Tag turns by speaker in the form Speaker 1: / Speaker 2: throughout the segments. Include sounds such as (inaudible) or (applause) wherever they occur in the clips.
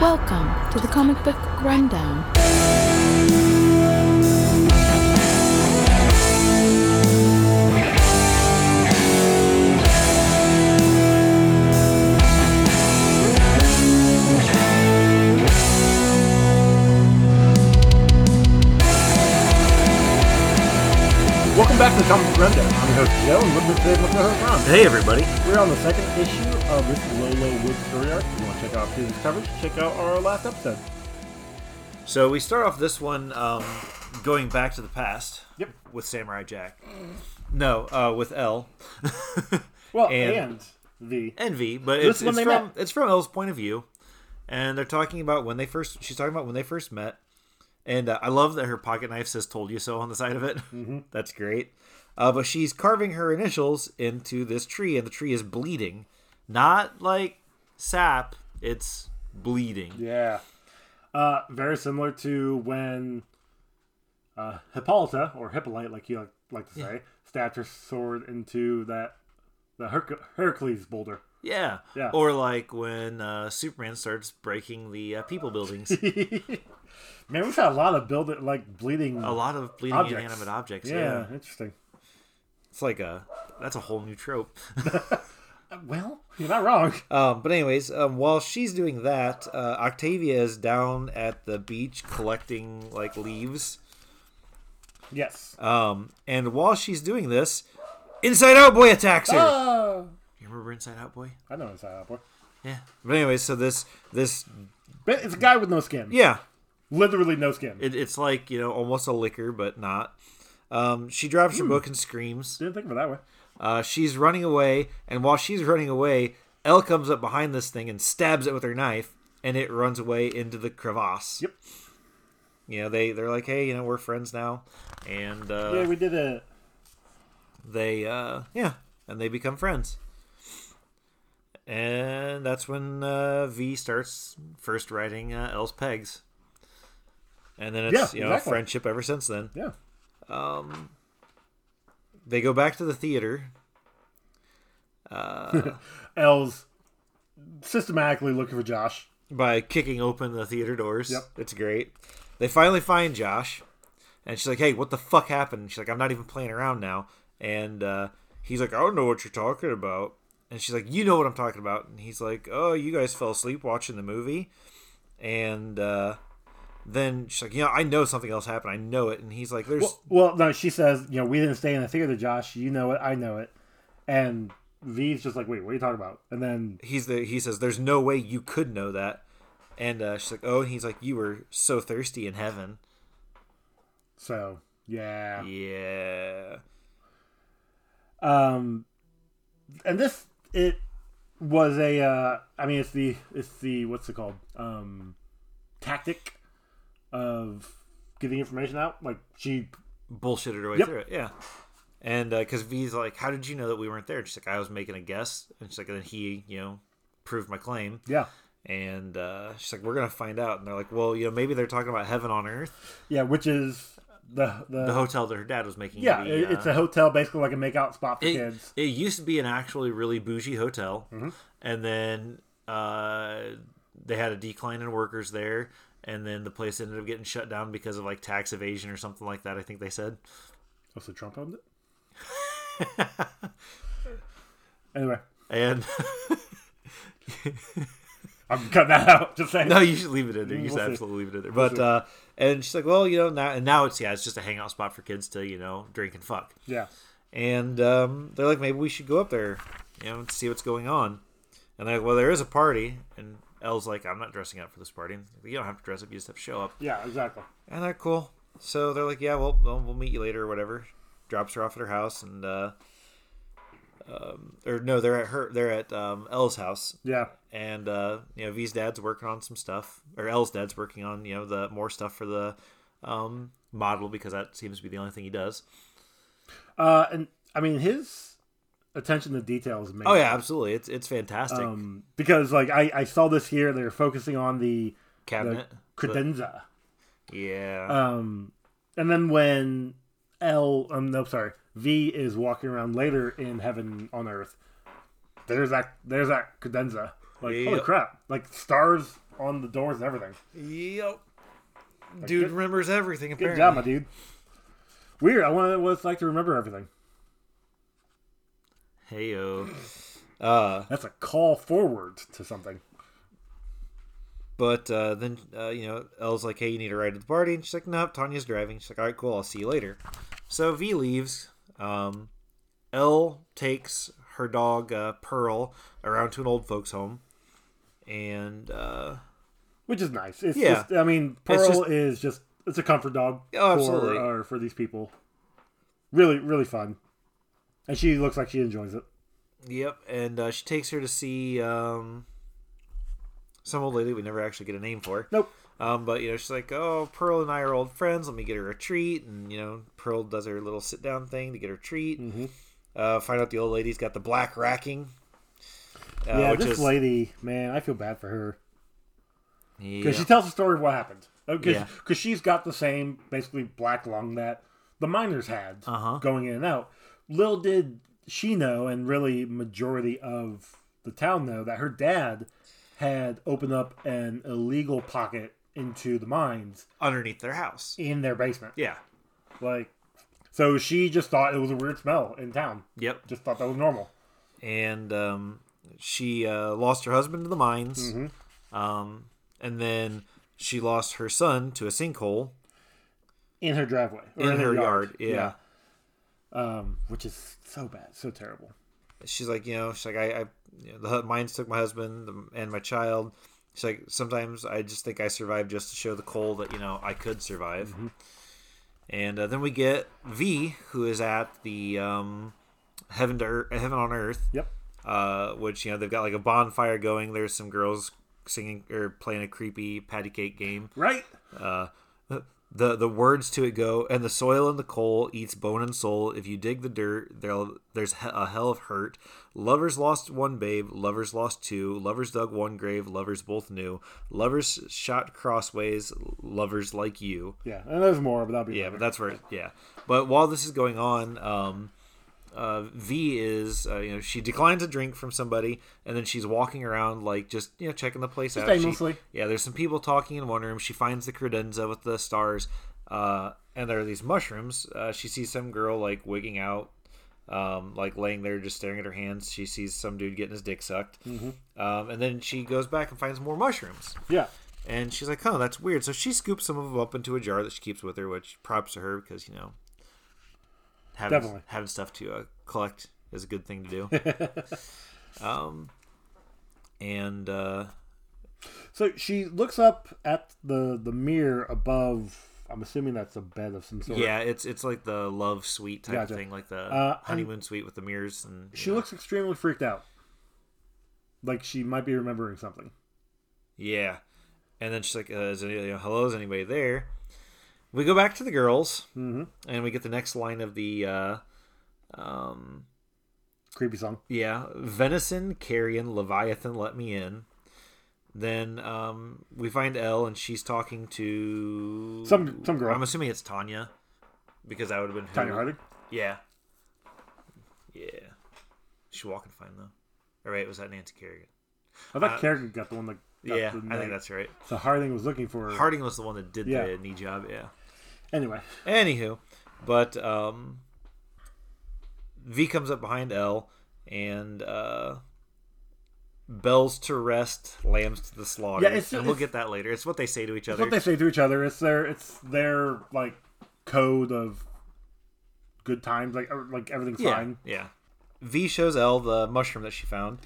Speaker 1: Welcome to the Comic Book Rundown.
Speaker 2: Welcome back to the Comic Book Rundown. I'm your host Joe, and with me today, with my host
Speaker 3: Hey everybody!
Speaker 2: Ron. We're on the second issue of this Lolo Wood story arc. If you want to check out previous coverage, check out our last episode.
Speaker 3: So we start off this one um, going back to the past.
Speaker 2: Yep.
Speaker 3: With Samurai Jack. No, uh, with L.
Speaker 2: Well, and,
Speaker 3: And-
Speaker 2: the
Speaker 3: Envy, but
Speaker 2: This
Speaker 3: it's,
Speaker 2: is when
Speaker 3: it's
Speaker 2: they
Speaker 3: from
Speaker 2: met.
Speaker 3: it's from L's point of view, and they're talking about when they first. She's talking about when they first met, and uh, I love that her pocket knife says "Told you so" on the side of it.
Speaker 2: Mm-hmm.
Speaker 3: (laughs) That's great. Uh, but she's carving her initials into this tree, and the tree is bleeding, not like sap. It's bleeding.
Speaker 2: yeah, uh, very similar to when uh, Hippolyta or Hippolyte, like you like, like to say, stabbed her sword into that the Herc- Hercules boulder.
Speaker 3: Yeah.
Speaker 2: Yeah.
Speaker 3: Or like when uh, Superman starts breaking the uh, people buildings. (laughs)
Speaker 2: Man, we've had a lot of build like bleeding.
Speaker 3: a lot of bleeding
Speaker 2: Objects.
Speaker 3: inanimate objects. Yeah.
Speaker 2: yeah, interesting.
Speaker 3: It's like a that's a whole new trope.
Speaker 2: Uh, Well, you're not wrong.
Speaker 3: um, but anyways, um, while she's doing that, uh, Octavia is down at the beach collecting like leaves.
Speaker 2: yes.
Speaker 3: Um, and while she's doing this, Inside Out Boy attacks her.
Speaker 2: Oh.
Speaker 3: you remember Inside Out Boy?
Speaker 2: I know Inside Out Boy.
Speaker 3: Yeah. But anyways, so this this
Speaker 2: But it's a guy with no skin.
Speaker 3: yeah,
Speaker 2: Literally no skin.
Speaker 3: it, it's like you know almost a liquor but not. Um, she drops her book and screams.
Speaker 2: Didn't think of it that way.
Speaker 3: Uh, she's running away, and while she's running away, Elle comes up behind this thing and stabs it with her knife, and it runs away into the crevasse.
Speaker 2: Yep.
Speaker 3: You know, they, they're like, hey, you know, we're friends now. And uh,
Speaker 2: yeah, we did a.
Speaker 3: they, uh, yeah, and they become friends. And that's when uh, V starts first riding uh, Elle's pegs. And then it's,
Speaker 2: Yeah,
Speaker 3: you know,
Speaker 2: exactly.
Speaker 3: friendship ever since then.
Speaker 2: Yeah.
Speaker 3: They go back to the theater.
Speaker 2: L's systematically looking for Josh.
Speaker 3: by kicking open the theater doors.
Speaker 2: Yep.
Speaker 3: It's great. They finally find Josh, and she's like, "Hey, what the fuck happened?" And she's like, "I'm not even playing around now." And uh, he's like, "I don't know what you're talking about." And she's like, "You know what I'm talking about." And he's like, "Oh, you guys fell asleep watching the movie." And uh, then she's like, "You know, I know something else happened. I know it." And he's like, "There's
Speaker 2: Well, well, no, she says, you know, we didn't stay in the theater, Josh. You know it. I know it. And V's just like, wait, what are you talking about? And then,
Speaker 3: he's the he says there's no way you could know that." And uh, she's like, "Oh," and he's like, "You were so thirsty in heaven."
Speaker 2: so, yeah.
Speaker 3: Yeah.
Speaker 2: Um, and this it was a. Uh, I mean, it's the it's the what's it called um, tactic of getting information out. Like she,
Speaker 3: bullshitted her way
Speaker 2: Yep.
Speaker 3: through it. Yeah. And because V's like, how did you know that we weren't there? And she's like, I was making a guess. And she's like, and then he, you know, proved my claim.
Speaker 2: yeah,
Speaker 3: And uh, she's like, we're going to find out. And they're like, well, you know, maybe they're talking about heaven on earth,
Speaker 2: yeah, which is the the,
Speaker 3: the hotel that her dad was making.
Speaker 2: yeah.
Speaker 3: the,
Speaker 2: it- it's
Speaker 3: uh,
Speaker 2: a hotel, basically like a makeout spot for
Speaker 3: it,
Speaker 2: kids. Mm-hmm.
Speaker 3: it used to be an actually really bougie hotel. And then uh, they had a decline in workers there. And then the place ended up getting shut down because of like tax evasion or something like that, I think they said.
Speaker 2: Oh, so Trump owned it.
Speaker 3: (laughs)
Speaker 2: anyway,
Speaker 3: And (laughs)
Speaker 2: I'm cutting that out. Just saying.
Speaker 3: (laughs) No, you should leave it in there. You should
Speaker 2: We'll see.
Speaker 3: absolutely leave it in there. But uh, and she's like, well, you know, now and now it's yeah, it's just a hangout spot for kids to you know drink and fuck.
Speaker 2: Yeah,
Speaker 3: And um, they're like, maybe we should go up there, you know, and see what's going on. And they're like, well, there is a party. And Elle's like, I'm not dressing up for this party. And You don't have to dress up. You just have to show up.
Speaker 2: yeah, exactly.
Speaker 3: And they're cool. So they're like, yeah, well, well we'll meet you later or whatever. Drops her off at her house and. uh um, or no, they're at her. They're at um, Elle's house,
Speaker 2: Yeah,
Speaker 3: and uh, you know V's dad's working on some stuff, or L's dad's working on you know the more stuff for the um, model because that seems to be the only thing he does.
Speaker 2: uh, and I mean his attention to detail is amazing.
Speaker 3: Oh yeah, absolutely, it's it's fantastic
Speaker 2: um, because like I, I saw this here they're focusing on the
Speaker 3: cabinet.
Speaker 2: credenza
Speaker 3: yeah,
Speaker 2: um, and then when l um no sorry v is walking around later in heaven on earth there's that there's that credenza like holy
Speaker 3: Yep.
Speaker 2: crap like stars on the doors and everything.
Speaker 3: Yep. Dude
Speaker 2: good-
Speaker 3: remembers everything
Speaker 2: Good
Speaker 3: apparently.
Speaker 2: job, my dude. Weird. I want what it's like to remember everything. (laughs)
Speaker 3: Heyo. Uh,
Speaker 2: That's a call forward to something.
Speaker 3: but uh, then uh, you know, Elle's like, "Hey, you need a ride to the party," and she's like, "No, Tanya's driving." She's like, "All right, cool, I'll see you later." So V leaves. Um, Elle takes her dog uh, Pearl around to an old folks' home, and uh,
Speaker 2: which is nice. It's
Speaker 3: Yeah.
Speaker 2: just, I mean, Pearl
Speaker 3: just-
Speaker 2: is just it's a comfort dog
Speaker 3: Oh, absolutely.
Speaker 2: for uh, for these people. Really, really fun, and she looks like she enjoys it.
Speaker 3: Yep, and uh, she takes her to see um, some old lady we never actually get a name for.
Speaker 2: Nope.
Speaker 3: Um, but you know, she's like, "Oh, Pearl and I are old friends. Let me get her a treat." And you know, Pearl does her little sit down thing to get her treat. Mm-hmm. Uh, find out the old lady's got the black racking. Uh,
Speaker 2: yeah,
Speaker 3: which
Speaker 2: this
Speaker 3: is,
Speaker 2: lady, man, I feel bad for her
Speaker 3: yeah,
Speaker 2: because she tells the story of what happened. Because
Speaker 3: Yeah.
Speaker 2: she's got the same basically black lung that the miners had
Speaker 3: Uh-huh.
Speaker 2: going in and out. Little did she know, and really majority of the town know that her dad had opened up an illegal pocket into the mines
Speaker 3: underneath their house.
Speaker 2: in their basement.
Speaker 3: Yeah.
Speaker 2: Like, so she just thought it was a weird smell in town.
Speaker 3: Yep.
Speaker 2: Just thought that was normal.
Speaker 3: and um, she uh, lost her husband to the mines, um, and then she lost her son to a sinkhole
Speaker 2: In her driveway. or
Speaker 3: in, her yard. Yeah.
Speaker 2: Um, which is so bad, so terrible.
Speaker 3: she's like, you know, she's like, I, I you know, the hu- mines took my husband the- and my child. She's like, sometimes I just think I survived just to show the coal that you know I could survive. And uh, then we get V, who is at the um, heaven to earth, heaven on earth.
Speaker 2: Yep.
Speaker 3: uh, which you know they've got like a bonfire going. There's some girls singing or playing a creepy patty cake game.
Speaker 2: Right?
Speaker 3: Uh, the the words to it go, and the soil and the coal eats bone and soul. If you dig the dirt, there'll, there's he- a hell of hurt. Lovers lost one babe, lovers lost two, lovers dug one grave, lovers both knew, lovers shot crossways, lovers like you.
Speaker 2: Yeah. And there's more, but that'll be
Speaker 3: Yeah,
Speaker 2: later.
Speaker 3: but that's where. Yeah, but while this is going on, um, uh, V is uh, you know she declines a drink from somebody, and then she's walking around like just you know checking the place out. She-
Speaker 2: aimlessly.
Speaker 3: yeah, there's some people talking in one room. She finds the credenza with the stars, uh, and there are these mushrooms. Uh, she sees some girl like wigging out. Um, like laying there just staring at her hands she sees some dude getting his dick sucked um, and then she goes back and finds more mushrooms
Speaker 2: yeah.
Speaker 3: and she's like, "Oh, that's weird." So she scoops some of them up into a jar that she keeps with her, which props to her because you know, having
Speaker 2: Definitely.
Speaker 3: having stuff to uh, collect is a good thing to
Speaker 2: (laughs)
Speaker 3: do. um, and uh,
Speaker 2: So she looks up at the the mirror above. I'm assuming that's a bed of some sort.
Speaker 3: yeah, it's it's like the love suite type
Speaker 2: Gotcha.
Speaker 3: of thing, like the
Speaker 2: Uh,
Speaker 3: honeymoon suite with the mirrors and
Speaker 2: She looks extremely freaked out. Like she might be remembering something.
Speaker 3: yeah. And then she's like, uh, "Is any, you know, hello? Is anybody there?" We go back to the girls, and we get the next line of the. Uh, um,
Speaker 2: Creepy song.
Speaker 3: Yeah, venison, carrion, leviathan, let me in. Then um, we find Elle, and she's talking to
Speaker 2: Some- some girl.
Speaker 3: I'm assuming it's Tanya, because that would have been who-
Speaker 2: Tanya Harding.
Speaker 3: Yeah, yeah. She walking fine though. All right, was that Nancy Kerrigan?
Speaker 2: I thought Kerrigan got the one that got
Speaker 3: Uh, yeah,
Speaker 2: the
Speaker 3: I
Speaker 2: knife.
Speaker 3: think that's right.
Speaker 2: so Harding was looking for her.
Speaker 3: Harding was the one that did
Speaker 2: Yeah.
Speaker 3: the knee job. Yeah.
Speaker 2: Anyway.
Speaker 3: Anywho, but um, V comes up behind L and uh, bells to rest, lambs to the slaughter.
Speaker 2: Yeah, it's-
Speaker 3: and we'll
Speaker 2: it's-
Speaker 3: get that later. It's what they say to each
Speaker 2: It's
Speaker 3: other.
Speaker 2: what they say to each other. It's their it's their like code of good times. Like er, like everything's
Speaker 3: yeah,
Speaker 2: fine.
Speaker 3: yeah. V shows L the mushroom that she found,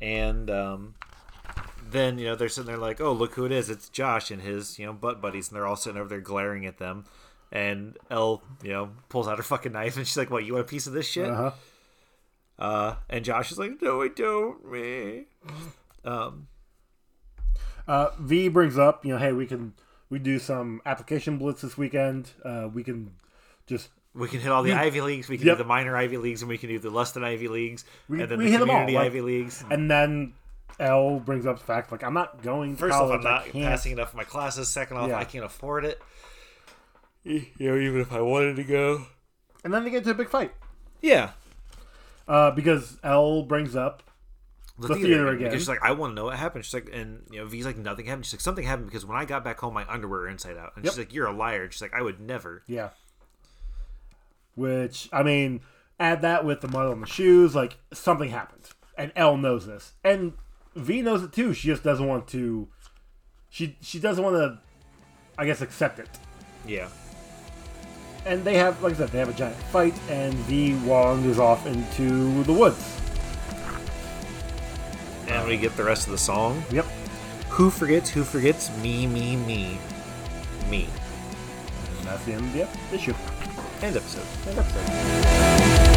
Speaker 3: and um, then you know they're sitting there like, oh look who it is! It's Josh and his you know butt buddies, and they're all sitting over there glaring at them. And L, you know, pulls out her fucking knife, and she's like, "What? You want a piece of this shit?"
Speaker 2: Uh huh.
Speaker 3: Uh, and Josh is like, "No, I don't, me."
Speaker 2: Uh, v brings up you know hey we can we do some application blitz this weekend. Uh, we can just
Speaker 3: We can hit all the Ivy leagues. We can
Speaker 2: Yep.
Speaker 3: do the minor Ivy leagues, and we can do the less than Ivy leagues,
Speaker 2: We-
Speaker 3: and then
Speaker 2: we
Speaker 3: the
Speaker 2: hit 'em all,
Speaker 3: community
Speaker 2: like-
Speaker 3: Ivy leagues.
Speaker 2: and then L brings up the fact like I'm not going. To
Speaker 3: First off,
Speaker 2: college.
Speaker 3: I'm not
Speaker 2: I can't.
Speaker 3: passing enough of my classes. Second off,
Speaker 2: Yeah.
Speaker 3: I can't afford it. E, You know, even if I wanted to go.
Speaker 2: And then they get into a big fight
Speaker 3: Yeah,
Speaker 2: uh, because L brings up
Speaker 3: the,
Speaker 2: The
Speaker 3: theater,
Speaker 2: theater
Speaker 3: again.
Speaker 2: again.
Speaker 3: Because she's like, I want to know what happened. She's like, and you know, V's like, nothing happened. She's like, something happened because when I got back home, my underwear were inside out. And
Speaker 2: Yep.
Speaker 3: she's like, you're a liar. And she's like, I would never.
Speaker 2: Yeah. Which I mean, add that with the mud on the shoes, like something happened, and L knows this, and V knows it too. She just doesn't want to. She she doesn't want to, I guess, accept it.
Speaker 3: Yeah,
Speaker 2: And they have, like I said, they have a giant fight, and V wanders off into the woods.
Speaker 3: and we get the rest of the song.
Speaker 2: Yep.
Speaker 3: Who forgets? Who forgets? Me, me, me, me.
Speaker 2: And that's the end of the ep- issue.
Speaker 3: End episode.
Speaker 2: End episode.